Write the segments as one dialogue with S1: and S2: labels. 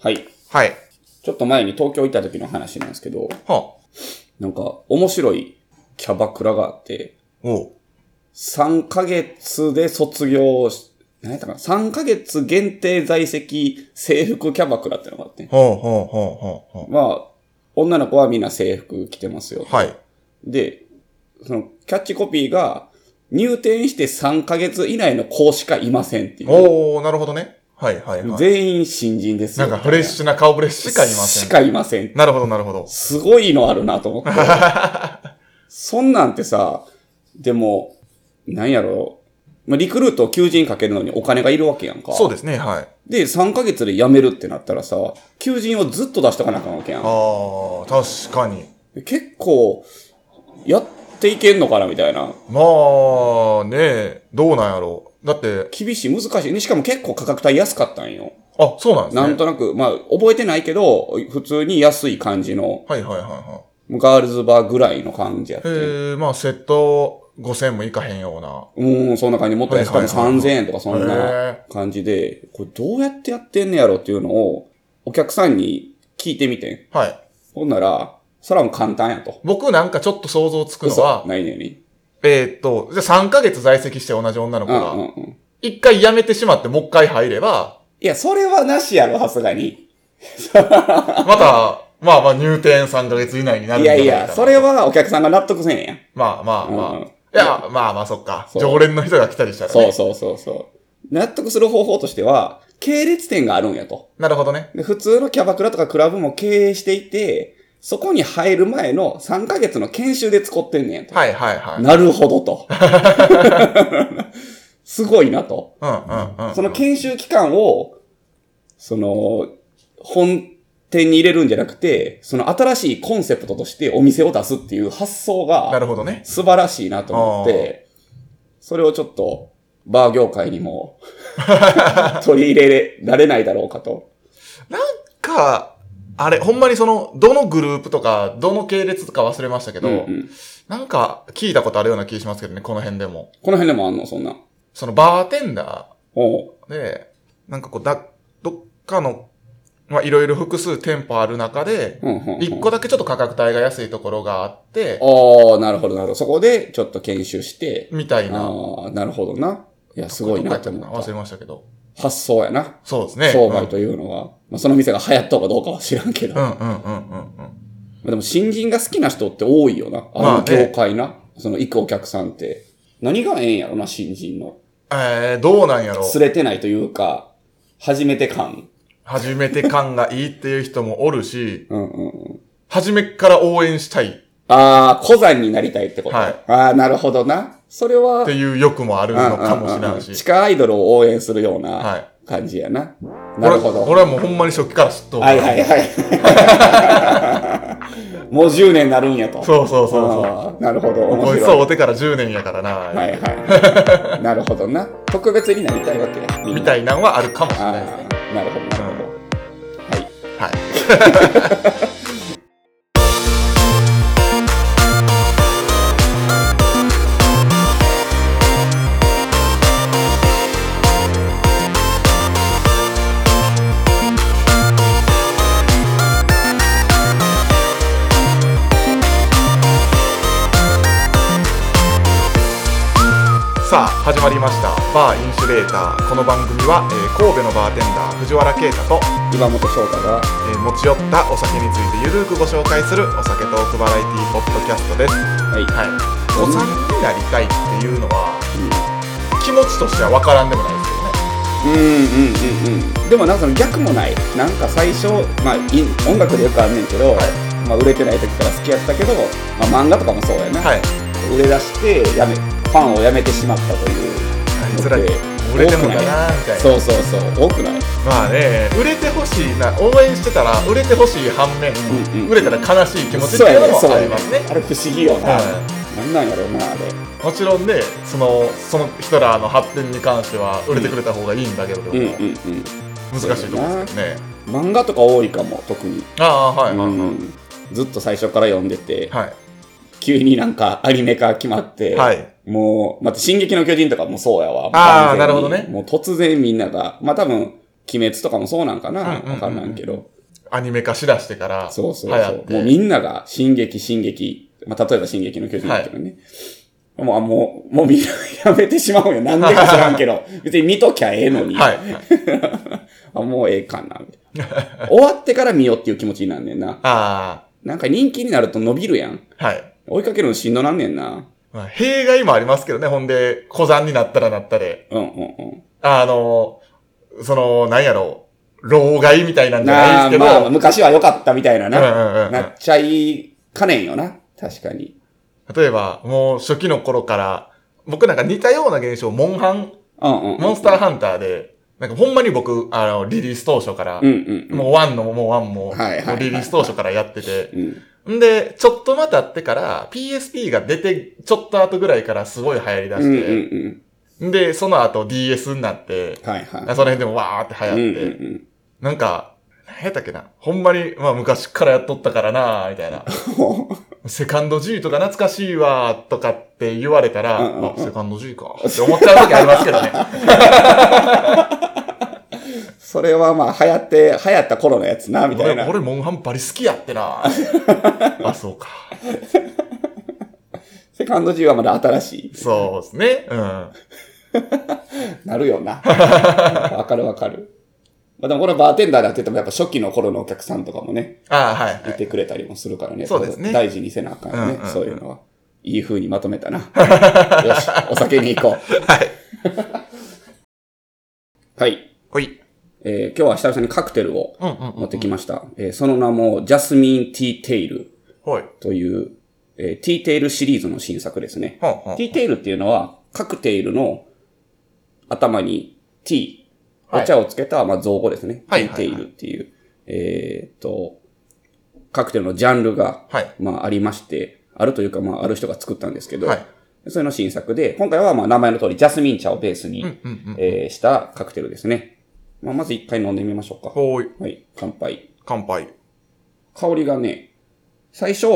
S1: はい。
S2: はい。
S1: ちょっと前に東京行った時の話なんですけど、
S2: はあ。
S1: なんか面白いキャバクラがあって、
S2: おう。
S1: 3ヶ月で卒業し、何やったかな ?3 ヶ月限定在籍制服キャバクラってのがあって。
S2: はあ、はあ、はあ、は
S1: まあ、女の子はみんな制服着てますよ。
S2: あ。はい。
S1: で、そのキャッチコピーが、入店して3ヶ月以内の子しかいませんっていう。
S2: おー、なるほどね。はい、はい、はい。
S1: 全員新人です
S2: な
S1: よ。
S2: んかフレッシュな顔ぶれしかいませ
S1: し
S2: ん。
S1: かいません。
S2: なるほど、なるほど。
S1: すごいのあるなと思 って。そんなんてさ、でも、なんやろまあ、リクルートを求人かけるのにお金がいるわけやんか。
S2: そうですね、はい。
S1: で、3ヶ月で辞めるってなったらさ、求人をずっと出しとかなあかんわけやん。
S2: ああ、確かに。
S1: で結構、やっていけんのかなみたいな。
S2: まあ、ねえ、どうなんやろう。だって、
S1: 厳しい、難しい。ねしかも結構価格帯安かったんよ。
S2: あ、そうなんですね。
S1: なんとなく、まあ、覚えてないけど、普通に安い感じの、
S2: はいはいはいは
S1: ガールズバーぐらいの感じやっ
S2: い。
S1: て。
S2: へえ、まあ、セット5000もいかへんような。
S1: うん、そんな感じ。もっと安かった。
S2: はいはいはい
S1: 3000円とかそんな
S2: へえ。
S1: 感じで、これどうやってやってんねやろっていうのを、お客さんに聞いてみてん。
S2: はい。
S1: ほんなら、そらも簡単やと。
S2: 僕なんかちょっと想像つくのは、
S1: ないねに。
S2: えーっと、じゃあ3ヶ月在籍して同じ女の子
S1: うんう
S2: が、
S1: んうん。
S2: 一回辞めてしまってもう一回入れば、
S1: いや、それはなしやろ、さすがに。
S2: また、まあまあ入店3ヶ月以内になるん
S1: い
S2: じゃ
S1: や
S2: ないいかな
S1: や、それ。はお客さんが納得せんやん。
S2: まあまあまあ。
S1: うん
S2: いや、まあまあそっか。
S1: そう
S2: 常連の人が来たりしたら
S1: そう
S2: ね。
S1: そうそうそう。納得する方法としては、系列店があるんやと。
S2: なるほどね。
S1: で普通のキャバクラとかクラブも経営していて、そこに入る前の3ヶ月の研修で使ってんねんと。
S2: はいはいはい。
S1: なるほどと。 すごいなと。
S2: うんうんうん。
S1: その研修期間を、その、本店に入れるんじゃなくて、その新しいコンセプトとしてお店を出すっていう発想
S2: な
S1: が
S2: るほどね。
S1: 素晴らしいなと思って、それをちょっとバー業界に も取り入れられないだろうかと。
S2: か、あれ、ほんまにその、どのグループとか、どの系列とか忘れましたけど、
S1: うんうん
S2: なんか聞いたことあるような気しますけどね、この辺でも。
S1: この辺でもあんの、そんなん。
S2: そのバーテンダ
S1: おう
S2: ーで、なんかこう、だ、どっかの、まあいろいろ複数店舗ある中で、
S1: うんうんうん
S2: 一個だけちょっと価格帯が安いところがあって、
S1: おー、なるほど、なるほど。そこでちょっと研修して、
S2: みたい
S1: あ
S2: な。
S1: あー、なるほどな。いや、すごいなって思
S2: どこやったかな忘
S1: っ
S2: れましたけど。
S1: た。発想やな。
S2: そうですね。
S1: 商売というのは。まあ、その店が流行ったかどうかは知らんけど。
S2: う
S1: ま
S2: んうんうんうんうん。
S1: あ、でも、新人が好きな人って多いよな。
S2: ま
S1: あ
S2: あ
S1: の
S2: ね
S1: 業界な。その行くお客さんって。何がええんやろな、新人の。
S2: えー、どうなんやろ
S1: すれてないというか、初めて感。
S2: 初めて感がいいっていう人もおるし、
S1: うんうんうん。
S2: 初めから応援したいっ
S1: ああ、古山になりたいってこと。
S2: はい
S1: ああ、なるほどな。それは、
S2: ていう欲もあるのかもし
S1: うん
S2: れ
S1: うん
S2: な
S1: うん
S2: い
S1: 地
S2: し。
S1: 下アイドルを応援するよう
S2: は
S1: ない感じやな。なるほど。
S2: 俺はもうほんまに初期から知っとる
S1: はいはいはい。 もう10年なるんやと。う
S2: そうそうそうそう。
S1: なるほど。面
S2: こいつ
S1: 白。
S2: はいお手から10年やからな。
S1: はい はい。なるほどな。特別になりたいわけや。みん
S2: み
S1: な
S2: たいなんはあるかもしれないです
S1: あ
S2: ね。
S1: あ、なるほど、なるほど。はい。
S2: はい。さあ始まりましたバーインシュレーターこの番組は、えー神戸のバーテンダー藤原啓太と、
S1: 岩本翔太が、
S2: えー持ち寄ったお酒についてゆるくご紹介するお酒トークバラエティポッドキャストです
S1: は
S2: は
S1: い。
S2: いお酒になりたいっていうのは気持ちとしては分からんでもないです
S1: うんうんうんうんうん。でもなんかその逆もない。なんか最初、まあ、い音楽でよくあんねんけど、まあ、売れてない時から好きやったけど、まあ、漫画とかもそうやな。
S2: けどねはい
S1: 売れ出してやめ、ファンを辞めてしまったという。
S2: あいつら売れてもんだなみたいな
S1: そうそうそう、多くない
S2: まあね売れてほしいな応援してたら売れてほしい反面、
S1: うんうん
S2: 売れたら悲しい気持ちっていうのもありますね
S1: あれ不思議よな。
S2: は
S1: なんなんやろうな、あれ。
S2: いもちろんねそのその人らの発展に関しては売れてくれた方がいいんだけど、
S1: うんうん
S2: 難
S1: うん。
S2: しいところですよね
S1: 漫画とか多いかも、特に。
S2: ああはい、はいはい
S1: うんずっと最初から読んでて、
S2: はい
S1: 急になんかアニメ化決まって、
S2: はい
S1: もう、また、進撃の巨人とかもそうやわ。
S2: あー
S1: 完全に
S2: なるほどね
S1: もう突然みんなが、まあ多分、鬼滅とかもそうなんかなわ
S2: うんうんうん
S1: かんないけど。
S2: アニメ化しだしてから、
S1: そうそう
S2: 流
S1: そ
S2: 行っ
S1: う。
S2: て
S1: もうみんなが、進撃、進撃。まあ、例えば進撃の巨人だけどね。もう、あもう、もうみんなやめてしまおうよ。なんでか知らん けど。別に見ときゃええのに。
S2: はい。
S1: あ、もうええかな。みたいな終わってから見ようっていう気持ちになんねんな。
S2: あ
S1: なんか人気になると伸びるやん。
S2: あ、はい。
S1: 追いかけるのしんどなんねんな。
S2: まあ、弊害もありますけどね、ほんで、小山になったらなったで。
S1: うんうん
S2: あの、その、なんやろう、老害みたいな
S1: うんん。
S2: じゃな
S1: ないあ、
S2: ですけど、
S1: まあ、昔は良かったみたいなな。
S2: うんうんうんうん
S1: なっちゃいかねんよな。確かに。
S2: 例えば、もう初期の頃から、僕なんか似たような現象、モンハン、
S1: うんうんうん。
S2: モンスターハンターで、なんかほんまに僕、あの、リリース当初から、
S1: うんうんうん。
S2: もうワンのもうワンも、
S1: はいはいはい
S2: もうリリース当初からやってて、
S1: うん。
S2: んで、ちょっとまたってから、PSP が出て、ちょっと後ぐらいからすごい流行りだ
S1: うんうん
S2: して、
S1: うん。
S2: んで、その後 DS になって、
S1: はいはい。
S2: その辺でもわーって流行
S1: う
S2: っ
S1: ん
S2: て、
S1: うんうん。
S2: なんか、何やったっけな。ほんまに、まあ昔からやっとったからなみた いな。セカンド G とか懐かしいわとかって言われたら、
S1: うんうんうん
S2: あ、セカンド G か。って思っちゃう時ありますけ どね。
S1: それはまあ、流行って、流行った頃のやつな、みたい
S2: 俺、
S1: な。
S2: 俺モンハンバリ好きやってなあ、そうか。
S1: セカンド G はまだ新しい。
S2: そうですね。うん。
S1: なるよ な。わかるわかる。まあでもこれバーテンダーだって言ってもやっぱ初期の頃のお客さんとかもね、
S2: あはいはい
S1: てくれたりもするからね。
S2: そうですね
S1: 大事にせなあかんよね、
S2: うんうんうん
S1: そういうのは。いい風にまとめたな。 よし、お酒に行こ
S2: い。はい。
S1: う。はい。
S2: ほい。
S1: えー今日は久々にカクテルを
S2: うんうんう
S1: 持
S2: ん
S1: っ。てきました。えーその名も、ジャスミン・ティー・テイル
S2: ほい。
S1: という、えーティー・テイルシリーズの新作ですね。
S2: ほんほん
S1: ティーテイルっていうのは、カクテイルの頭にティー、お茶をつけた、まあ、造語ですね。
S2: はい
S1: ティーテイルっていう、えーっと、カクテルのジャンルが、
S2: はい
S1: まあ、ありまして、あるというか、まあ、ある人が作ったんですけど、
S2: はい
S1: それの新作で、今回は、まあ、名前の通り、ジャスミン茶をベースに、えーしたカクテルですね。まあ、まず一回飲んでみましょうか。
S2: ほい。
S1: はい、乾杯。
S2: 乾杯。
S1: 香りがね、最初、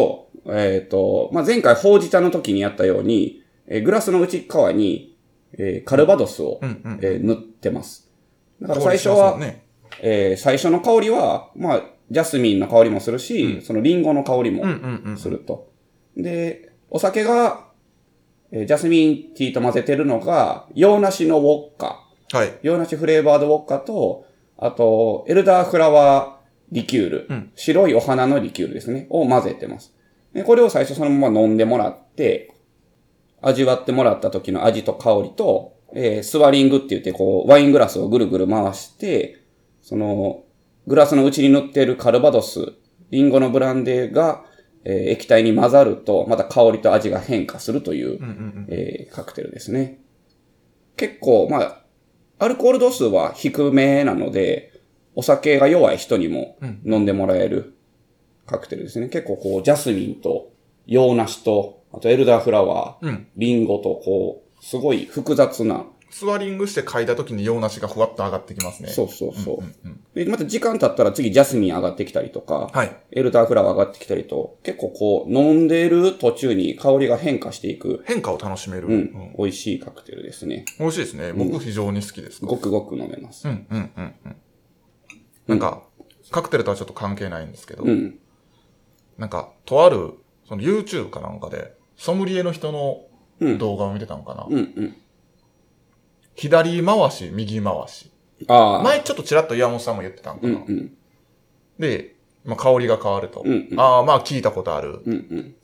S1: えっ、と、まあ、前回ほうじ茶の時にやったように、えーグラスの内側に、えーカルバドスを、
S2: うんうん
S1: えー塗ってます。だから最初は、
S2: 香りしますもんね
S1: えー最初の香りは、まあ、ジャスミンの香りもするし、そのリンゴの香りも
S2: うんうんうん。
S1: すると。で、お酒が、えージャスミンティーと混ぜてるのが、洋梨のウォッカ、
S2: はい。
S1: 洋梨フレーバードウォッカと、あと、エルダーフラワーリキュール、
S2: うん
S1: 白いお花のリキュールですね、を混ぜてます。でこれを最初そのまま飲んでもらって、味わってもらった時の味と香りと、えースワリングって言って、こう、ワイングラスをぐるぐる回して、その、グラスの内に塗っているカルバドス、リンゴのブランデーが、えー液体に混ざると、また香りと味が変化するという、
S2: うんうんうん。
S1: えーカクテルですね。結構、まあ、アルコール度数は低めなので、お酒が弱い人にも
S2: うん
S1: 飲んでもらえるカクテルですね。結構こう、ジャスミンと洋梨と、あとエルダーフラワー、
S2: うん
S1: リンゴとこう、すごい複雑な、
S2: スワリングして嗅いだ時に洋梨がふわっと上がってきますね。
S1: そうそうそう。
S2: うんうん。
S1: で、また時間経ったら次ジャスミン上がってきたりとか、
S2: はい。
S1: エルダーフラワー上がってきたりと、結構こう、飲んでる途中に香りが変化していく、
S2: 変化を楽しめる。
S1: う
S2: うんん、
S1: 美味しいカクテルですね。
S2: 美味しいですね。僕非常に好きです。
S1: ごくごく飲めます。
S2: うんうんうんうん。なんか、カクテルとはちょっと関係ないんですけど、
S1: うん。
S2: なんか、とある、その YouTube かなんかで、ソムリエの人
S1: う
S2: の
S1: ん
S2: 動画を見てたのかな、
S1: うんうん。
S2: 左回し、右回し。
S1: ああ。
S2: 前ちょっとちらっと岩本さんも言ってたのか
S1: うん
S2: な、
S1: うん。
S2: で、まあ、香りが変わると。
S1: うんうん
S2: ああ、まあ聞いたことある。
S1: うんうん。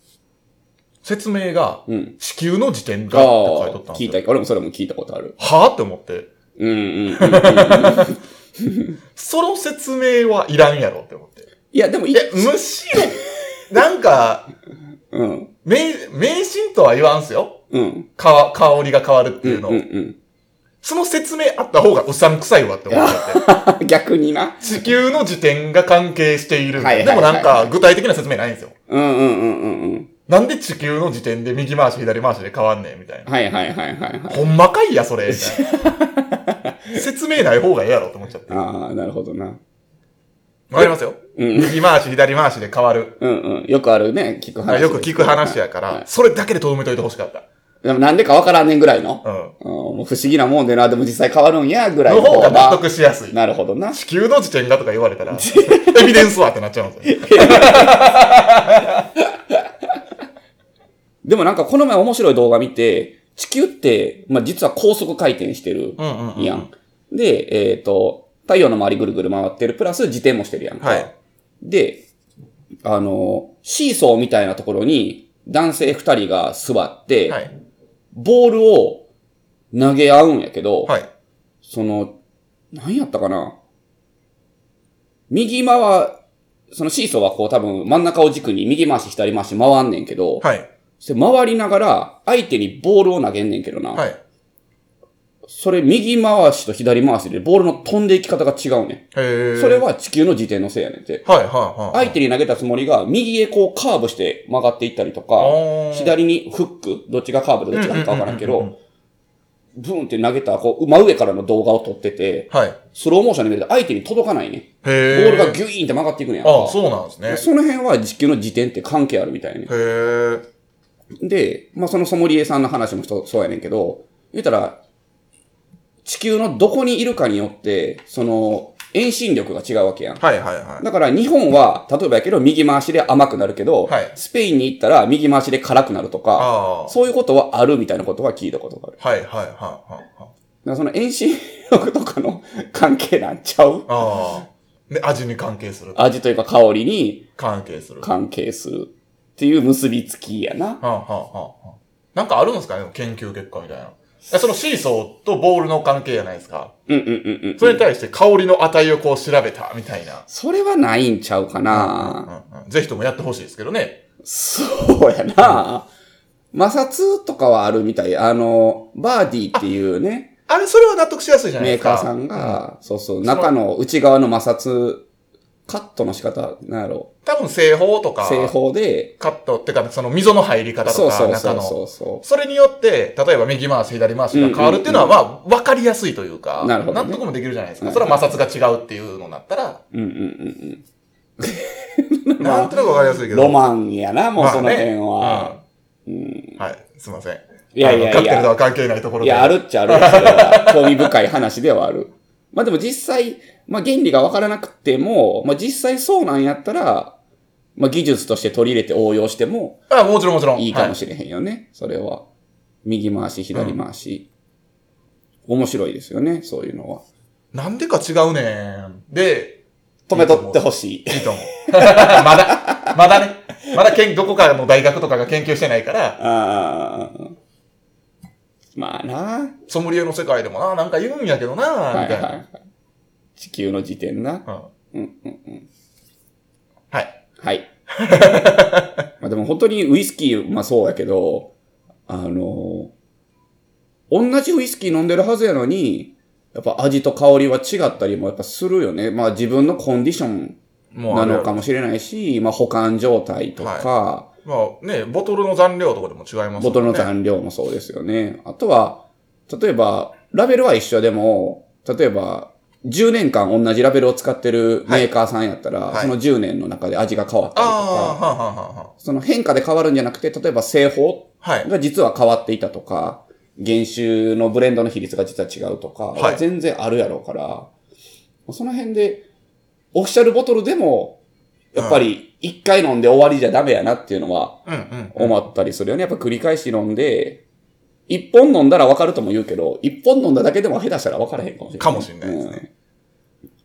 S2: 説明が、
S1: うん。
S2: 地球の時
S1: あ
S2: 点が
S1: あ
S2: って書いとったん、です
S1: 聞い
S2: よ。
S1: た、俺もそれも聞いたことある。
S2: はあって思って、
S1: うんうんうんうんうん。
S2: その説明はいらんやろって思って。
S1: いや、でもい
S2: い
S1: い
S2: や、むし ろ、なんか、
S1: うん。
S2: 迷、迷信とは言わんすよ。
S1: うん。
S2: かわ、香りが変わるっていうの。
S1: うんうん
S2: その説明あった方がうさんくさいわって思っちゃ って。
S1: うん。 逆にな。
S2: 地球の時点が関係している。
S1: はいはい
S2: で
S1: はい
S2: も
S1: はい
S2: なんか具体的な説明ないんですよ。
S1: うんうんうんうんうん。
S2: なんで地球の時点で右回し左回しで変わんねんみたいな。
S1: はいはいはいはいはい。
S2: ほんまかいや、それ。みたいな説明ない方がええやろって思っちゃって。わ
S1: ああ、なるほどな。
S2: かりますよ。
S1: うん
S2: 右回し左回しで変わる。
S1: うんうん。よくあるね、聞く話。
S2: よく聞く話。やから、それだけでとどめといてほしかった。
S1: でもなんでかわからんねんぐらいの。
S2: うん。
S1: うん、もう不思議なもんでな、でも実際変わるんや、ぐらい
S2: の
S1: の
S2: 方
S1: 方
S2: が納
S1: が。
S2: 得しやすい。
S1: なるほどな。
S2: 地球の時点がとか言われた ら、エビデンスはってなっちゃうんですよ。
S1: でもなんかこの前面白い動画見て、地球って、まあ、実は高速回転してる
S2: うんうん、うん。
S1: やん。で、えっ、と、太陽の周りぐるぐる回ってる、プラス自転もしてるやんか。
S2: はい。
S1: で、あの、シーソーみたいなところに男性二人が座って、
S2: はい。
S1: ボールを投げ合うんやけど、
S2: はい。
S1: その、何やったかな右回、そのシーソーはこう多分真ん中を軸に右回し左回し回んねんけど、
S2: はい。
S1: それ回りながら相手にボールを投げんねんけどな、
S2: はい。
S1: それ右回しと左回しでボールの飛んでいき方が違うね
S2: へえ。
S1: ん。それ。は地球の時点のせいやねんて。
S2: はい、はい、はい。
S1: 相手に投げたつもりが右へこうカーブして曲がっていったりとか、
S2: あー
S1: 左にフック、どっちがカーブでどっちがかわからんけ
S2: うんうんうん
S1: ど、ブーンって投げた、こう、真上からの動画を撮ってて、
S2: はい。へ
S1: スローモーションで見ると相手に届かないね。ボ
S2: え。
S1: ールがギュイーンって曲がっていくねやん
S2: あ
S1: か。
S2: そうなんですね。
S1: その辺は地球の時点って関係あるみたいね。
S2: へえ。
S1: で、まあ、そのソムリエさんの話もそうそうやねんけど、言ったら、地球のどこにいるかによって、その、遠心力が違うわけやん。
S2: はい、はい、はい。
S1: だから日本は、例えばやけど右回しで甘くなるけど、
S2: はい
S1: スペインに行ったら右回しで辛くなるとか、
S2: ああ。
S1: そういうことはあるみたいなことは聞いたことがある。
S2: はい、はい、はい、はい。
S1: だからその遠心力とかの 関係なんちゃう
S2: ああ。ね、味に関係する。
S1: 味というか香りに
S2: 関係する。は
S1: 関係するっていう結びつきやな。
S2: あ、はあ、はあ。なんかあるんですかね研究結果みたいな。えそのシーソーとボールの関係じゃないですか。
S1: うんうんうんうん。
S2: それに対して香りの値をこう調べたみたいな。
S1: それはないんちゃうかな。
S2: うんうんぜひともやってほしいですけどね。
S1: そうやな。摩擦とかはあるみたい。あの、バーディーっていうね、
S2: あれ、それは納得しやすいじゃない
S1: メ
S2: で
S1: ーカ
S2: すか。
S1: ーさんが、そうそう、中の内側の摩擦、カットの仕方、なんやろ
S2: 多分製法と
S1: う、
S2: か、
S1: 製法で、
S2: カットってか、その溝の入り方
S1: そ
S2: と
S1: うそ
S2: か、
S1: うそ
S2: 中
S1: う
S2: の。
S1: そうそ
S2: それによって、例えば右回し、左回しが変わるっていうのは、
S1: うん
S2: まあ、わかりやすいというか、
S1: なるほどね
S2: 納得もできるじゃないですか。
S1: うん
S2: それは摩擦が違うっていうのになったら、
S1: う。うんうんうん
S2: なんとなくわかりやすいけ
S1: うん。
S2: ど。
S1: ロマンやな、もう
S2: まあね
S1: その辺は。。
S2: うんはい、すいません。
S1: いやいやいや
S2: あのカクテルとは関係ないところ
S1: い
S2: で。
S1: や、あるっちゃあるんですけど、興味深い話ではある。まあでも実際、まあ原理がわからなくても、まあ実際そうなんやったら、まあ技術として取り入れて応用しても
S2: あ、もちろんもちろん。
S1: いいかも
S2: し
S1: しれへんよね、それは。右回し、左回し、面白いですよね、そういうのは。
S2: れない。なんでか違うねん。で、
S1: 止めとってほしい。
S2: いい と思う。まだ、まだね。まだけん、どこかの大学とかが研究してないから、
S1: ああ。まあな。
S2: ソムリエの世界でもな、なんか言うんやけどな、
S1: は
S2: み
S1: い
S2: た
S1: はいい
S2: な。
S1: はい。地球の時点な。
S2: う
S1: う
S2: ん
S1: んうんうん。
S2: はい。
S1: はい。まあでも本当にウイスキー、まあそうやけど、あの、同じウイスキー飲んでるはずやのに、やっぱ味と香りは違ったりもやっぱするよね。まあ自分のコンディション
S2: もうあ
S1: な
S2: れや
S1: の
S2: ろ
S1: かもしれないし、まあ保管状態とか、
S2: まあね、ボトルの残量とかでも違いますもんね。
S1: ボトルの残量もそうですよね。あとは、例えば、ラベルは一緒でも、例えば、10年間同じラベルを使ってるメーカーさんやったら、
S2: はい
S1: その10年の中で味が変わったりとか、
S2: ああ、はんはんはんはん。
S1: その変化で変わるんじゃなくて、例えば製法
S2: はい。
S1: が実は変わっていたとか、原酒のブレンドの比率が実は違うとか、
S2: はい
S1: 全然あるやろうから、その辺で、オフィシャルボトルでも、やっぱり一回飲んで終わりじゃダメやなっていうのは
S2: うんうん。
S1: 思ったりするよね。やっぱ繰り返し飲んで、一本飲んだら分かるとも言うけど、一本飲んだだけでも下手したら分からへんかもしれない。
S2: かもしれないです
S1: ね。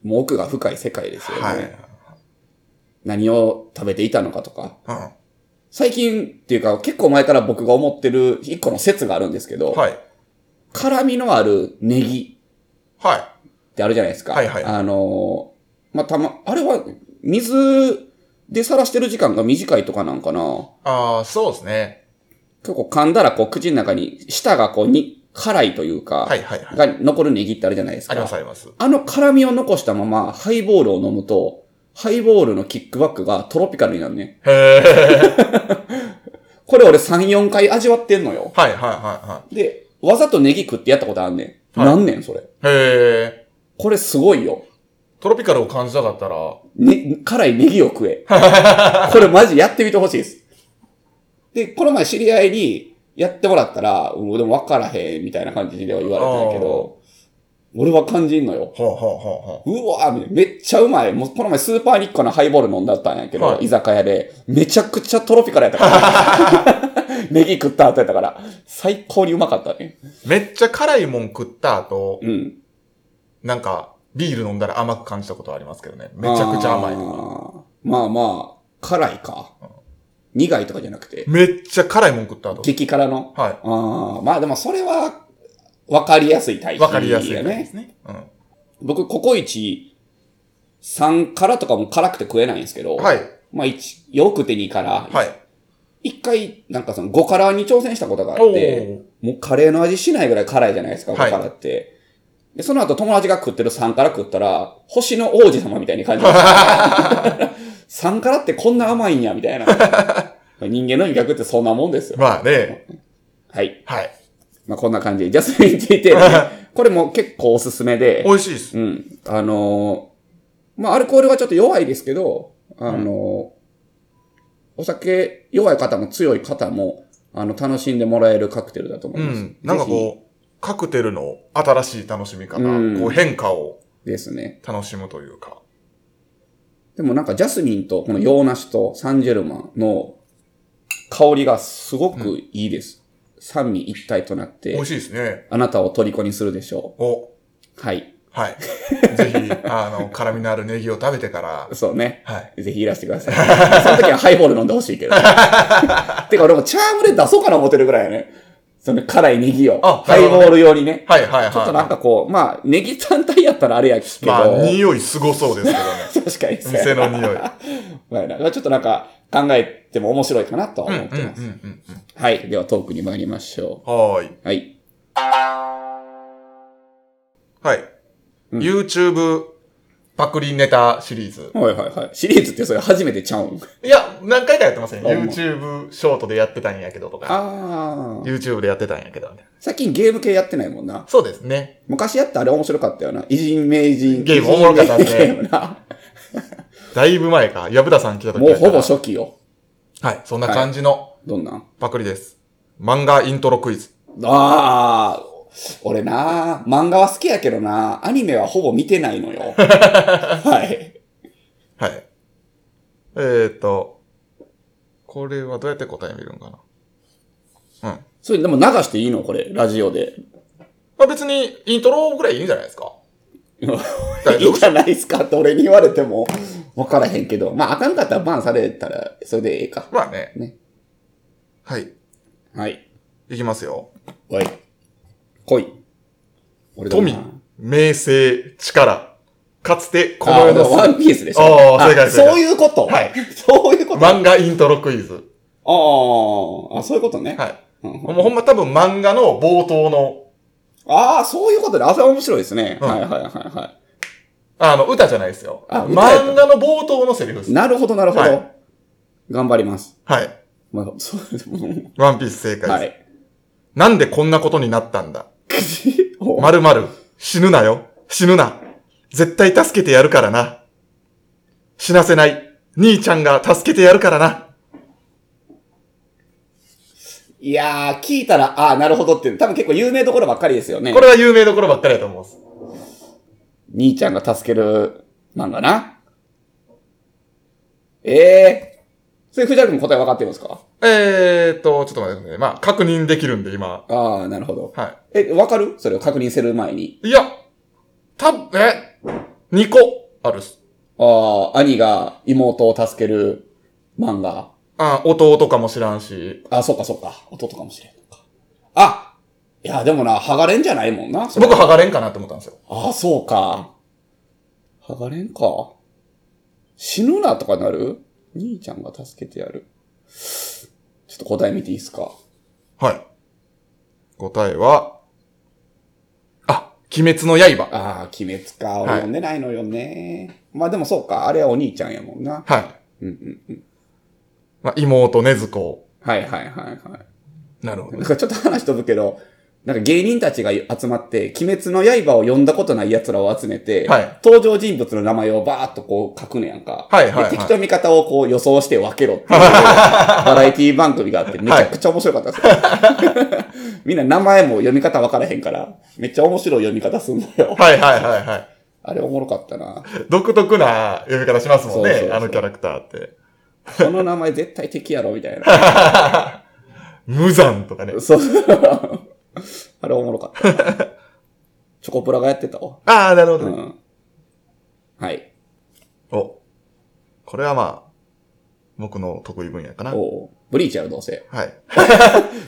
S1: もう奥が深い世界ですよね。
S2: はい。
S1: 何を食べていたのかとか。
S2: う
S1: 最近っていうか結構前から僕が思ってる一個の説があるんですけど、
S2: ん。はい。
S1: 辛味のあるネギ
S2: はい。
S1: ってあるじゃないですか。
S2: はいはい
S1: あのーまあ、たま、あれは水でさらしてる時間が短いとかなんかな。
S2: ああ、そうですね。
S1: 結構噛んだらこう口の中に舌がこうに辛いというか、
S2: はいはいはい。
S1: が残るネギってあるじゃないです
S2: あります
S1: か。
S2: あります。
S1: あの辛みを残したままハイボールを飲むと、ハイボールのキックバックがトロピカルになるね。
S2: へえ。
S1: これ俺3、4回味わってんのよ。
S2: はいはいは
S1: で、わざとネギ食ってやったことあんねん。
S2: はい
S1: なんねん、それ。
S2: いはい。へえ。
S1: これすごいよ。
S2: トロピカルを感じたかったら、
S1: ね、辛いネギを 食え。これマジやってみてほしいです。で、この前知り合いに、やってもらったら、うんでも分からへん、みたいな感じでは言われたんやけど、俺は感じんのよ。
S2: ほうほうほうほ
S1: うわぁ、めっちゃうまい。もうこの前スーパーニッコのハイボール飲んだったんやけど、
S2: はい
S1: 居酒屋で、めちゃくちゃトロピカルやったから。 ネギ食った後やったから、最高にうまかったね。
S2: う。めっちゃ辛いもん食った後、
S1: うん。
S2: なんか、ビール飲んだら甘く感じたことはありますけどね。めちゃくちゃ甘い。
S1: い。まあまあ、辛いか。苦いとかじゃなくて、
S2: めっちゃ辛いもん食った後。
S1: 激辛の。
S2: は
S1: ああ、まあでもそれは、わかりやすいタイ
S2: い。
S1: プ
S2: わかりやすい
S1: よ
S2: 感じで
S1: ね。
S2: すね。うん。
S1: 僕、ココイチ3辛とかも辛くて食えないんですけど、
S2: はい。
S1: まあ一よくて2辛。
S2: はい。
S1: 一回、なんかその5辛に挑戦したことがあ
S2: お
S1: って、
S2: ー
S1: もうカレーの味しないぐらい辛いじゃないですか、5
S2: はい
S1: 辛って。で、その後友達が食ってる3辛食ったら、星の王子様みたいに 感じました。3辛ってこんな甘いんや、みたいな。人間の味覚ってそんなもんですよ。
S2: まあね。
S1: はい。
S2: はい。
S1: まあ、こんな感じで、ジャスミンティーテー ルね、これも結構おすすめで
S2: 美、味しいです。
S1: うん。あのーまあ、アルコールがちょっと弱いですけど、あのーお酒弱い方も強い方も、あの、楽しんでもらえるカクテルだと思
S2: う
S1: います
S2: ん。。なんか
S1: ぜ
S2: こう、カクテルの新しい楽しみ方、
S1: うん
S2: こう変化を
S1: ひですね。
S2: 楽しむというか。
S1: でもなんかジャスミンとこの洋梨とサンジェルマンの香りがすごくいいです。酸味一体となっ
S2: 美
S1: て
S2: 味、しいですね。
S1: あなたを虜にするでしょう。
S2: お、
S1: はい。
S2: はい。ぜ ひ、あの、辛みのあるネギを食べてから、
S1: そうね。
S2: はい。
S1: ぜひいらしてください。 その時はハイボール飲んでほしいけど。 てか俺もチャームで出そうかな思ってるぐらいやね。その辛いネギを。
S2: あ
S1: ハイボール用にね。
S2: はいはいはい。
S1: ちょっとなんかこう、まあ、ネギ単体やったらあれやけど。。
S2: まあ、匂いすごそうですけど ね
S1: 確かにそうや
S2: 店の匂い。
S1: まあなちょっとなんか考えても面白いかなとは
S2: うんう
S1: 思
S2: ん
S1: っ
S2: うん
S1: てます。
S2: うんうん。
S1: はい。ではトークに参りましょ
S2: はーい。
S1: う。はい。
S2: はい。
S1: うん
S2: YouTube パクリネタシリーズ。
S1: はいはいはい。シリーズってそれ初めてちゃうん。
S2: いや、何回かやってますね。
S1: あほんま
S2: YouTube ショートでやってたんやけどとか。
S1: ああ。
S2: YouTube でやってたんやけど。
S1: 最近ゲーム系やってないもんな。
S2: そうですね。
S1: 昔やったあれ面白かったよな。偉人名人。
S2: ゲームおもろかったね
S1: 偉人名人ゲー ムな。
S2: だいぶ前か。薮田さん来た時
S1: もうほぼ
S2: やった
S1: 初期よ。
S2: らはい。そんな感じの
S1: どんなん
S2: パクリです。漫画イントロクイズ。
S1: ああ、俺な、漫画は好きやけどな、アニメはほぼ見てないの よ。はい。
S2: はい。えーと、これはどうやって答え見るんかな。うん。
S1: それでも流していいのこれ、ラジオで。
S2: まあ別に、イントロぐらいいいんじゃないです か。大
S1: い
S2: 丈
S1: い
S2: 夫
S1: じゃないですかって俺に言われても、わからへんけど。まあ、あかんかったらバンされたら、それでええか。
S2: まあね。
S1: ね
S2: はい。
S1: はい。
S2: いきますよ。
S1: おい。来い。俺だな
S2: 富、名声、力。かつて、この
S1: あ
S2: 世
S1: の、ワ
S2: の
S1: ンピースでしょ。
S2: おー
S1: あ
S2: 正解正解
S1: そういうこと。
S2: はい。
S1: そういうこと。あ
S2: 漫画イントロクイズ。
S1: あ、あそういうことね。
S2: はい。
S1: うんうん
S2: もうほんま多分漫画の冒頭の、
S1: ああ、そういうことで、あ、それ面白いですね。
S2: うん
S1: はいはいはいはい。
S2: あの、歌じゃないですよ。
S1: あ歌やった
S2: 漫画の冒頭のセリフです。
S1: なるほど、なるほど。
S2: は
S1: 頑張ります。
S2: はい。
S1: まあ、そう、でも
S2: ワンピース正解です。
S1: はい。
S2: なんでこんなことになったんだ
S1: お
S2: まるまる、死ぬなよ。死ぬな。絶対助けてやるからな。死なせない。兄ちゃんが助けてやるからな。
S1: いやー、聞いたら、ああ、なるほどって、多分結構有名どころばっかりですよね。
S2: これは有名どころばっかりだと思うんです。
S1: 兄ちゃんが助ける漫画な。ええー。それ、藤原君答え分かってるんですか
S2: えーっと、ちょっと待ってくださいね。まあ、確認できるんで、今。
S1: ああ、なるほど。
S2: は
S1: え、分かるそれを確認する前に。
S2: い。いや、たぶん、え、2個あるっす。
S1: ああ、兄が妹を助ける漫画。
S2: あ、弟かもしらんし。
S1: あ、そうかそうか。弟かもしれんのか。あいや、でもな、剥がれんじゃないもんな。それ
S2: 僕、剥がれんかなって思ったんですよ。
S1: ああ、そうか。剥がれんか。死ぬなとかなる兄ちゃんが助けてやる。ちょっと答え見ていいですか
S2: はい。答えは、あ、鬼滅の刃。
S1: ああ、鬼滅か。
S2: はい
S1: 俺読んでないのよね。まあでもそうか。あれはお兄ちゃんやもんな。
S2: はい。
S1: うんうんうん。
S2: まあ、妹、禰豆子。
S1: はいはいはいはい。
S2: なるほど
S1: なん。かちょっと話飛ぶけど、なんか芸人たちが集まって、鬼滅の刃を読んだことない奴らを集めて、
S2: はい
S1: 登場人物の名前をバーっとこう書くねやんか。
S2: はいはいはい
S1: で敵と味方をこう予想して分けろ っていう、バラエティ番組があって、めちゃくちゃ面白かったですよ。 みんな名前も読み方分からへんから、めっちゃ面白い読み方すんのよ。
S2: はいはいはいはい。
S1: あれおもろかったな。
S2: 独特な呼び方しますもんね、
S1: そうそうそう
S2: あのキャラクターって。
S1: この名前絶対敵やろ、みたいな。
S2: 無残とかね。
S1: そう。 あれおもろかったな。チョコプラがやってたわ。
S2: ああ、なるほど
S1: う
S2: ね、
S1: ん。はい。
S2: お。これはまあ、僕の得意分野かな。
S1: おうブリーチやろ、どうせ。
S2: はい。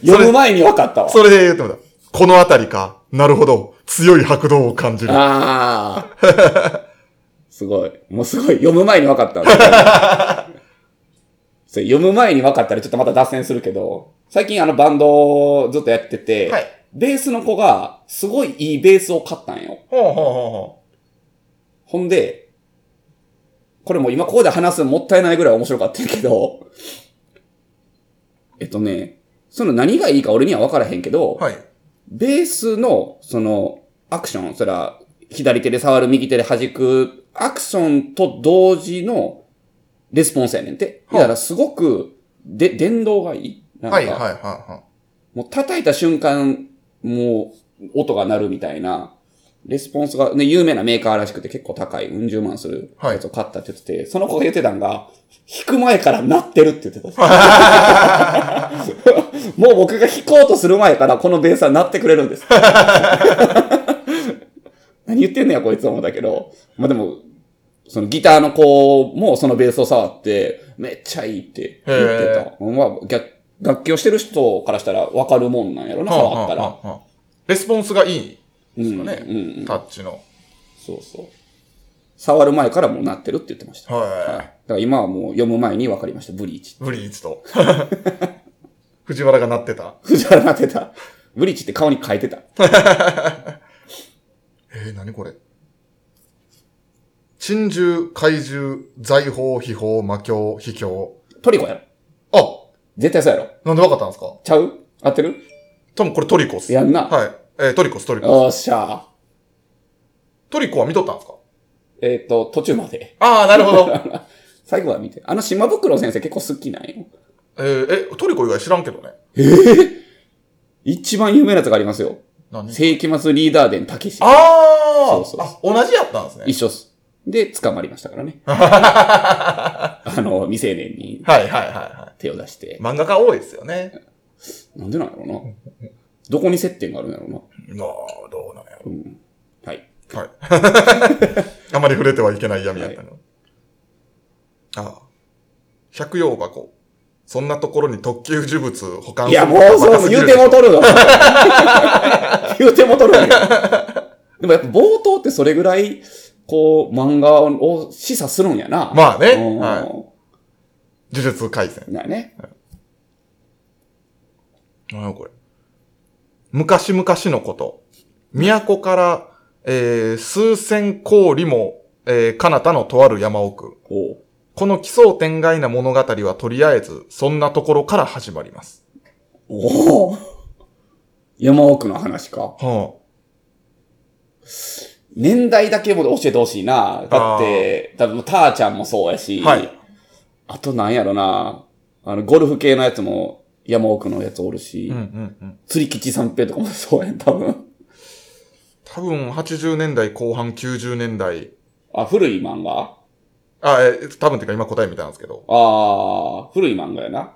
S1: 読む前に分かったわ。
S2: それで言ってもだ。このあたりか。なるほど。強い拍動を感じる。
S1: ああ。 すごい。もうすごい。読む前に分かったんだ。 それ読む前に分かったらちょっとまた脱線するけど、最近あのバンドをずっとやってて、
S2: はい
S1: ベースの子がすごいいいベースを買ったんよ。
S2: ほうほうほうほ
S1: ほんで、これもう今ここで話すのもったいないぐらい面白かったんやけど、えっとね、その何がいいか俺には分からへんけど、
S2: はい。
S1: ベースの、その、アクション、それは、左手で触る、右手で弾く、アクションと同時のレスポンスやねんて。
S2: はあ
S1: だからすごく、で、電動がいいなんか、
S2: はいはいはいは
S1: もう叩いた瞬間、もう、音が鳴るみたいな、レスポンスが、ね、有名なメーカーらしくて結構高い、うん十万する
S2: はい
S1: やつを買ったって言ってて、その子が言ってたんが、弾く前から鳴ってるって言ってた。 もう僕が弾こうとする前からこのベースは鳴ってくれるんです。何言ってんねや、こいつ思うんだけど。まあ、でも、そのギターの子もそのベースを触って、めっちゃいいって言ってた。まあ、逆楽器をしてる人からしたら分かるもんなんやろ
S2: い。
S1: な、
S2: はあ
S1: 触っ
S2: は
S1: た
S2: あ
S1: ら。
S2: はあはあレスポンスがいいですかね。
S1: うんうんうん
S2: タッチの。
S1: そうそう。触る前からもうなってるって言ってました。
S2: はい
S1: だから今はもう読む前に分かりました、ブリーチ。
S2: ブリーチと。 藤原が鳴ってた。
S1: 藤原なってた。ブリーチって顔に変えてた。
S2: えー、何これ珍獣、怪獣、財宝、秘宝、魔境、秘境。
S1: トリコやろ。
S2: あ
S1: 絶対そうやろ。
S2: なんでわかったんですか
S1: ちゃう合ってる
S2: 多分これトリコっす。
S1: やんな。
S2: はい。えー、トリコっす、トリコっす。
S1: おっしゃ
S2: トリコは見とったんですか
S1: えっ、と、途中まで。
S2: ああ、なるほど。
S1: 最後は見て。あの島袋先生結構好きなんよ。
S2: えー、え、トリコ以外知らんけどね。
S1: 一番有名なやつがありますよ。
S2: 何
S1: 世紀末リーダー伝たけし。
S2: あー
S1: そうそう
S2: あ、同じやったんですね。
S1: 一緒っす。で、捕まりましたから ね。あの、未成年に
S2: はいはいはいは
S1: 手を出して
S2: い。。漫画家多いですよね。
S1: なんでなんやろうな。どこに接点があるんやろうな。
S2: なあ、どうなんやろ。
S1: はい。
S2: はい。あまり触れてはいけ ない闇やったの。ああ。百葉箱。そんなところに特級呪物保管
S1: いや、もうそう、言うて
S2: も。
S1: も取るわ。 言うても取るわよ。でもやっぱ冒頭ってそれぐらい、こう、漫画を示唆するんやな。
S2: まあね
S1: うん
S2: はい呪術回戦。
S1: だよね。
S2: 何やこれ。昔々のこと。都から、えー、数千光里も、えー、彼方のとある山奥。
S1: おう
S2: この奇想天外な物語はとりあえず、そんなところから始まります。
S1: おお山奥の話か。
S2: は
S1: 年代だけも教えてほしいな。だって、多分、ターちゃんもそうやし、
S2: はい
S1: あとなんやろな。あの、ゴルフ系のやつも山奥のやつおるし、
S2: あ、うんうんうん。
S1: 釣り吉三平とかもそうやん、多分。
S2: 多分、80年代後半、90年代。
S1: あ、古い漫画
S2: あ、えー、多分っていうか今答えみたいなんですけど。
S1: ああ、古い漫画やな。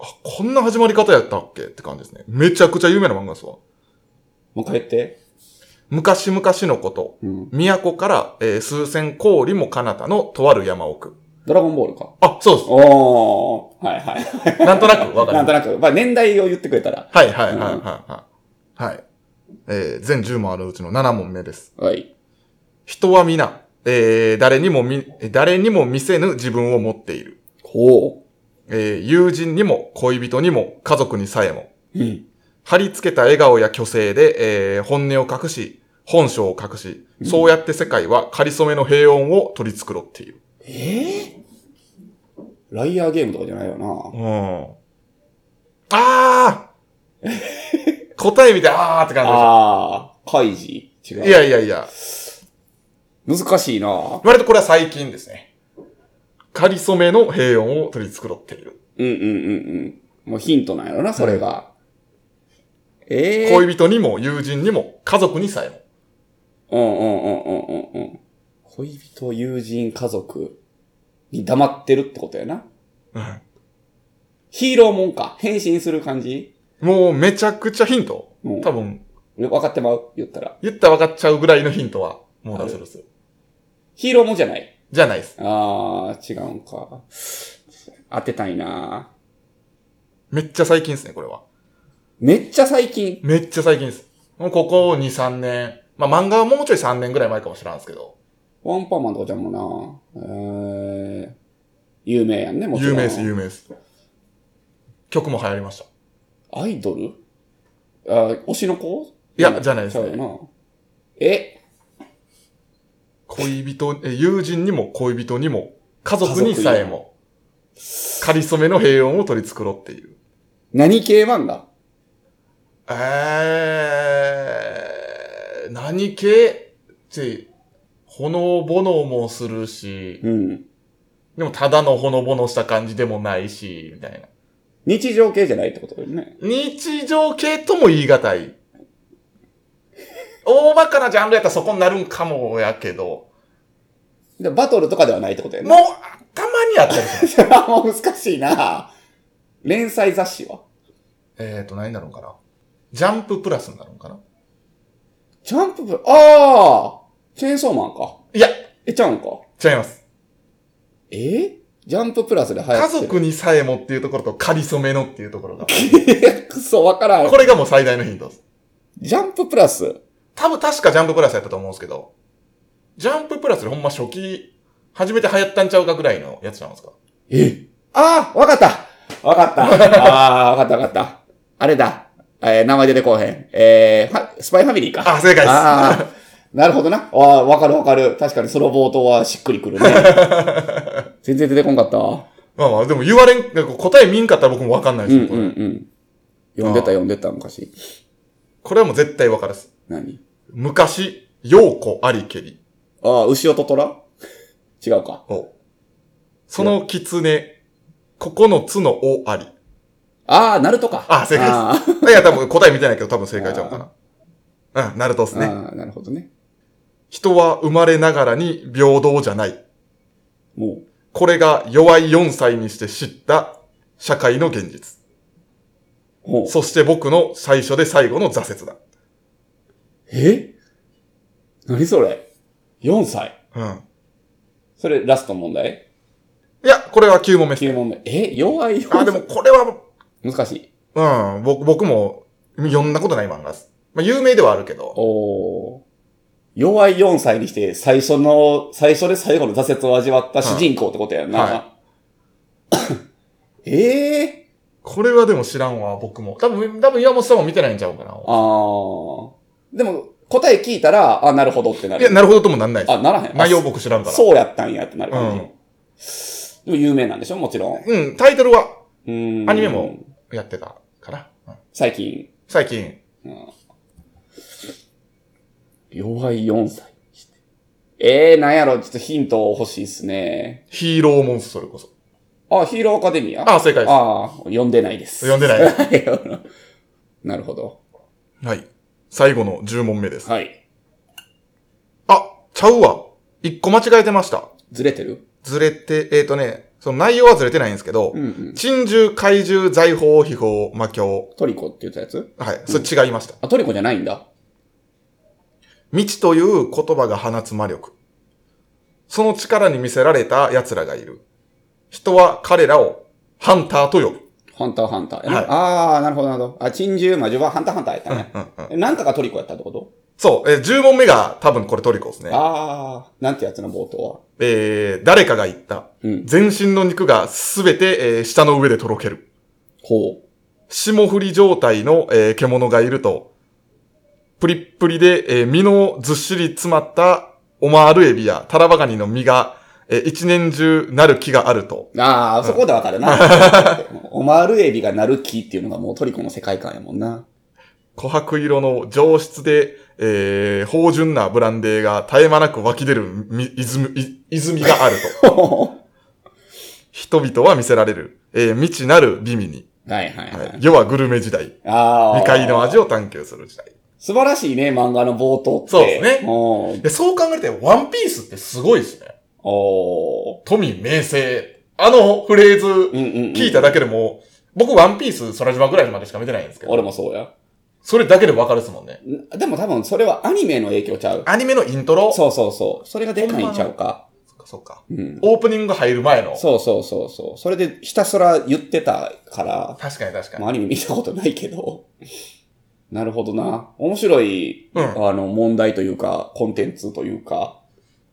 S2: あ、こんな始まり方やったっけって感じですね。めちゃくちゃ有名な漫画ですわ。
S1: もう一回言って。
S2: 昔々のこと。
S1: うん。
S2: 都から、えー数千光里も彼方のとある山奥。
S1: ドラゴンボールか。
S2: あ、そうで
S1: おー。はいはい。
S2: す。なんとなくわかり
S1: な
S2: ま
S1: ん
S2: す
S1: と。なく、まあ年代を言ってくれたら。
S2: はいはいはいはいはい。はい。えー全10問あるうちの7問目です。
S1: はい。
S2: 人は皆、えー誰にもみ、誰にも見せぬ自分を持っている。
S1: ほ
S2: えー友人にも恋人にも家族にさえも。
S1: う。うん。
S2: 貼り付けた笑顔や虚勢で、えー本音を隠し、本性を隠し、そうやって世界は仮初めの平穏を取り繕っている。
S1: ライアーゲームとかじゃないよな。
S2: うん。あー答え見て、あーって感じで
S1: ああ、カイジ違。
S2: しょ。いうやいやいや。
S1: 難しいな
S2: 割とこれは最近ですね。かりそめの平穏を取り繕っている。
S1: うんうんうんうん。もうヒントなんやろな、それが。ええー。
S2: 恋人にも友人にも家族にさえも。
S1: うんうんうんうんうんうん。恋人、友人、家族に黙ってるってことやな。
S2: うん
S1: ヒーローもんか。変身する感じ
S2: もうめちゃくちゃヒント。
S1: うん
S2: 多分、
S1: 分かってまう言ったら。
S2: 言ったら分かっちゃうぐらいのヒントは、もう出せるっす。
S1: ヒーローもんじゃない。
S2: じゃないです。
S1: あー、違うんか。当てたいな
S2: めっちゃ最近ですね、これは。
S1: めっちゃ最近。
S2: めっちゃ最近です。もうここ2、3年。まあ漫画はもうちょい3年ぐらい前かもしれんすけど。
S1: ワンパンマンとかちゃんもなえー、有名やんね、もちろ
S2: 有
S1: ん。
S2: 名です、有名です。曲も流行りました。
S1: アイドルあー推しの子
S2: いやじゃないです
S1: ちうよな。え、
S2: 恋人、え友人にも恋人にも、家族にさえも、かりそめの平穏を取り繕っている。
S1: 何系漫画
S2: えー、何系って、ほのぼのもするし、
S1: うん。
S2: でもただのほのぼのした感じでもないし、みたいな。
S1: 日常系じゃないってことだよね。
S2: 日常系とも言い難い。 大まかなジャンルやったらそこになるんかもやけど、
S1: でバトルとかではないってことや
S2: も
S1: ね。
S2: う、たまにあったりする。
S1: もう難しいな連載雑誌は
S2: えっと、何になるんかな。ジャンププラスになるんかな。
S1: ジャンプ部、あーチェーンソーマンか。
S2: いや、
S1: え、ちゃうんか。
S2: 違います。
S1: えジャンププラスで流行って
S2: 家
S1: る。
S2: 族にさえもっていうところと、かりそめのっていうところが。
S1: く そ、わからん
S2: こ。れがもう最大のヒントです。
S1: ジャンププラス。
S2: 多分確かジャンププラスやったと思うんですけど、ジャンププラスでほんま初期、初めて流行ったんちゃうかぐらいのやつなんですか
S1: えああわかったわか ったああ、わかったわかった。あれだ。えー名前出てこうへん。えー、はスパイファミリーか。
S2: あ正解です
S1: あーなるほどな。ああ、わかるわかる。確かにその冒頭はしっくりくるね。 全然出てこんかったわ。
S2: まあまあ、でも言われん、なんか答え見んかったら僕もわかんないで
S1: うん
S2: す
S1: う
S2: よ、これ。
S1: んうん。読んでた読んでた昔。
S2: これはもう絶対わかるっす。
S1: 何
S2: 昔、ようこありけり。
S1: ああ、牛音虎違うか。
S2: おその狐、九つのおあり。
S1: ああ、ナルトか。
S2: あ正解です
S1: あー
S2: いや、多分答え見てないけど多分正解ちゃうかな。うん、ナルトですね。
S1: あー、なるほどね。
S2: 人は生まれながらに平等じゃない。
S1: もう、
S2: これが弱い4歳にして知った社会の現実。
S1: もう
S2: そして僕の最初で最後の挫折だ。
S1: え何それ ?4 歳。
S2: うん。
S1: それラストの問題
S2: いや、これは9問目です。
S1: ?9 問目。え弱いよ。
S2: あ、でもこれは、
S1: 難しい。
S2: うん、僕僕も読んだことない漫画です。まあ、有名ではあるけど。
S1: おー弱い4歳にして、最初の、最初で最後の挫折を味わった主人公ってことやんな。
S2: は
S1: え え
S2: これはでも知らんわ、僕も。多分、多分岩本さんも見てないんちゃうかな。
S1: あー。でも、答え聞いたら、あ、なるほどってない
S2: や、
S1: る。
S2: なるほどともなんないです。
S1: あ、ならへん。
S2: 内容僕知らんから。
S1: そうやったんやってなる感じ。
S2: う
S1: でも有名なんでしょもちろん。う
S2: うん、タイトルは
S1: ーん
S2: アニメも。やってたかな。うん
S1: 最近。
S2: 最近。
S1: 弱い4歳にして。ええー、なんやろ、ちょっとヒント欲しいっすね。
S2: ヒーローモンス、それこそ。
S1: あ、ヒーローアカデミア
S2: あ、正解で
S1: ああ、読んでないです。。
S2: 読んでない
S1: なるほど。
S2: す。はい。最後の10問目です。
S1: はい。
S2: あ、ちゃうわ。1個間違えてました。
S1: ずれてる
S2: ずれて、えっ、とね、その内容はずれてないんですけど、
S1: うんうん。
S2: 珍獣、怪獣、財宝、秘宝、魔境。
S1: トリコって言ったやつ
S2: はい、それ違いました。
S1: あ、トリコじゃないんだ。
S2: 未知という言葉が放つ魔力。その力に見せられた奴らがいる。人は彼らをハンターと呼ぶ。
S1: ハンターハンターやな。
S2: はい
S1: ああ、なるほどなるほど。あ、珍獣魔女はハンターハンターやったね。
S2: うんうん
S1: えなんかがトリコやったってこと
S2: そう、えー10問目が多分これトリコですね。
S1: ああ、なんてやつの冒頭は。
S2: えー、誰かが言った。
S1: うん
S2: 全身の肉がすべて、えー舌の上でとろける。
S1: ほ
S2: 霜降り状態の、えー獣がいると、プリップリで、えー身のずっしり詰まったオマールエビやタラバガニの実が、えー一年中なる木があると。
S1: う。ああ、そこで わかるな。オマールエビがなる木っていうのがもうトリコの世界観やもんな。
S2: 琥珀色の上質で、えー、芳醇なブランデーが絶え間なく湧き出るみ泉い泉があると。 人々は見せられる。えー、未知なる美味に。
S1: はいはいは
S2: はいい。世はグルメ時代。
S1: ああ。
S2: 未開の味を探求する時代。
S1: 素晴らしいね、漫画の冒頭って。
S2: そうですね
S1: おー
S2: で、そう考えて、ワンピースってすごいですね。
S1: お
S2: 富、名声。あのフレー
S1: ー。う
S2: ズ、
S1: んうん、うん。
S2: 聞いただけでも、僕ワンピース空島ぐらいまでしか見てないんですけ
S1: 俺
S2: ど、
S1: もそうや。
S2: それだけでわかるですもんね。
S1: んでも多分それはアニメの影響ちゃう。
S2: アニメのイントロ、そ
S1: そうそうそう。それがでかいんちゃうか。
S2: っか、そっか。
S1: うん。
S2: オープニング入る前の。
S1: そうそうそうそう。それでひたすら言ってたから、
S2: 確かに確か
S1: ま
S2: に。
S1: あアニメ見たことないけど。なるほどな。面白い、
S2: うん
S1: あの、問題というか、コンテンツというか。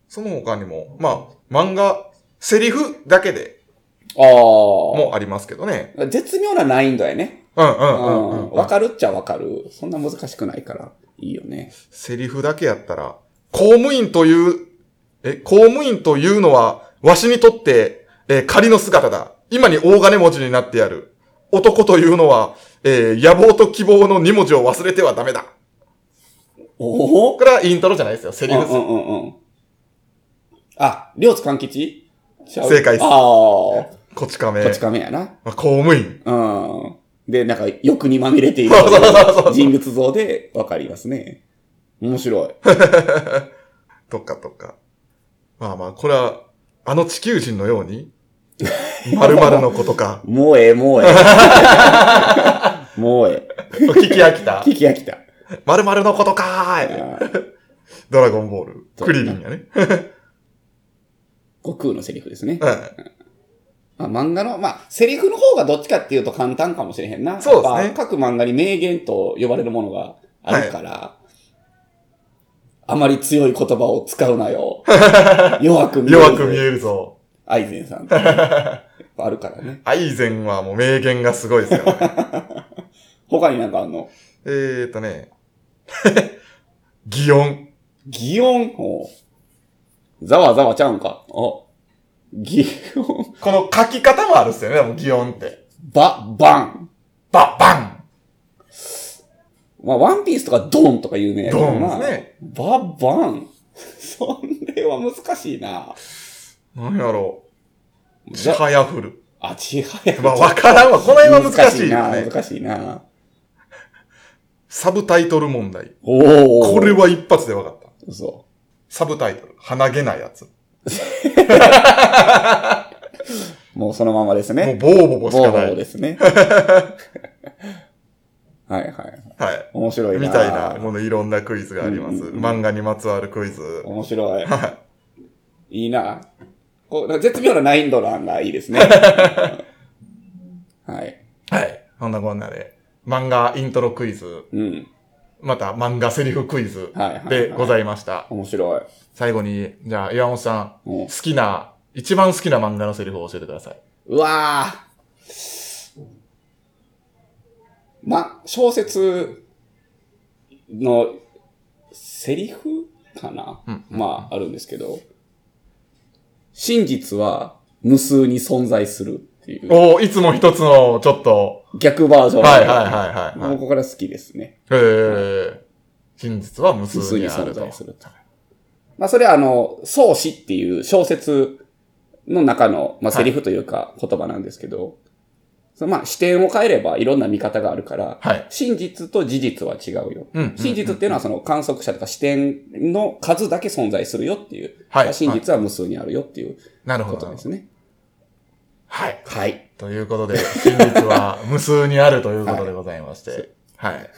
S2: その他にも、まあ、漫画、セリフだけで
S1: ああ。
S2: もありますけどね。
S1: 絶妙な難易度やね。
S2: うんう
S1: うん
S2: うんうん
S1: ん。
S2: うん
S1: わ。かるっちゃわかる。そんな難しくないから、いいよね。
S2: セリフだけやったら、公務員という、え、公務員というのは、わしにとって、えー仮の姿だ。今に大金持ちになってやる。男というのは、えー野望と希望の二文字を忘れてはダメだ。
S1: おお
S2: これはイントロじゃないですよ。セ
S1: うん
S2: リ
S1: う
S2: フです。
S1: んうんうん。あ、両津勘吉ちゃう
S2: 正解です
S1: ああ。こ
S2: こち亀。
S1: っち亀やな。
S2: まあ公務員。
S1: うん。で、なんか、欲にまみれている
S2: そうそうそうそう
S1: 人物像でわかりますね。面白
S2: とかとか。まあまあ、これは、あの地球人のよ うに、〇〇の子とか、
S1: い。もうええ、もうえ え。もうええ。
S2: 聞き飽きた。
S1: 聞き飽きた。
S2: 〇〇の子とかーい
S1: うん
S2: ドラゴンボール。
S1: そう
S2: クリリンやね。
S1: 悟空のセリフですね。
S2: うん。
S1: まあ、漫画の、まあ、セリフの方がどっちかっていうと簡単かもしれへんな。
S2: そうですね
S1: やっぱ各漫画に名言と呼ばれるものがあるから、あまり強い言葉を使うな よ。弱く見える。
S2: 弱く見えるぞ。
S1: アイゼンさんって。やっぱあるからね。
S2: アイゼンはもう名言がすごいですよ ね。
S1: 他になんかあんの、
S2: えーとね。 擬音。
S1: 擬音を、ざわざわちゃうんか。あ、擬音、
S2: この書き方もあるっすよね、でも擬音って。
S1: ば、ばん。
S2: バッバン
S1: まあ、ワンピースとかドンとか有名やけどな。
S2: ドンですね
S1: ば、ばん。それは難しいな。
S2: 何やろう。ち
S1: ざ
S2: はやふる。
S1: あ、ちはや。
S2: まあ、わからんわ。この辺は難しいよ
S1: な、
S2: ね。
S1: 難しいな。
S2: サブタイトル問題。
S1: おー
S2: これは一発でわかった。
S1: そ
S2: サブタイトル。鼻毛ないやつ。
S1: う。もうそのままです
S2: もう
S1: ね。
S2: ボーボボしかな
S1: ボーボー
S2: い。
S1: ですね。 はいはい。
S2: はい。
S1: 面白いな。
S2: みたいな、このいろんなクイズがあります。
S1: うんうんうん
S2: 漫画にまつわるクイズ。
S1: 面白い。
S2: はい
S1: いな。こう絶妙な難易度の案がいい ですね。はい。
S2: い。はい。そんなこんなで、漫画イントロクイズ。
S1: うん。
S2: また漫画セリフクイズ
S1: はいはいはい
S2: でございました。
S1: 面白い。
S2: 最後に、じゃあ岩本さん、
S1: うん
S2: 好きな、一番好きな漫画のセリフを教えてください。
S1: うわぁ。ま、小説のセリフかな、
S2: ん
S1: まあ、あるんですけど、真実は無数に存在するっていう
S2: おおいつも一つの、ちょっと、
S1: 逆バージョン。
S2: はいはいはいはい、は
S1: もう
S2: い。
S1: ここから好きですね。
S2: えー、真実は無
S1: 無
S2: 数
S1: 数
S2: に
S1: に
S2: あ
S1: 存
S2: ると
S1: 在。すると。まあ、それはあの、創始っていう小説の中の、まあ、
S2: はい
S1: セリフというか言葉なんですけど、そのまあ、視点を変えればいろんな見方があるから、
S2: はい。
S1: 真実と事実は違うよ。
S2: うん
S1: 真実っていうのはその観測者とか視点の数だけ存在するよっていう。
S2: はい
S1: 真実は無数にあるよっていう
S2: なるほ
S1: こと
S2: ど
S1: で。すね。
S2: はい。
S1: はい。
S2: ということで、真実は無数にあるということでござい まして。はい。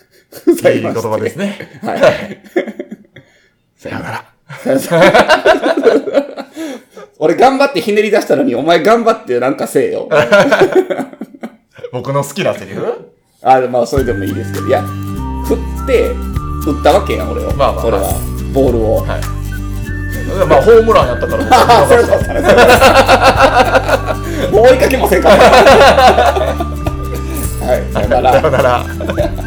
S1: ご
S2: いい言葉です
S1: ね。
S2: ね。
S1: はい。
S2: さよなら。
S1: 俺頑張ってひねり出したのに、お前頑張ってなんかせえよ。
S2: 僕の好きなセリフ
S1: あ、まあ、それでもいいですけど。いや、振って、打ったわけやん、俺を。
S2: まあまあ
S1: それは、ボールを。
S2: はい。まあ、ホームランやったから僕は見逃
S1: あ、
S2: し
S1: そ
S2: た
S1: れそうそれ そう。もう追いかけませんから。はい、さよなら
S2: さ。よなら。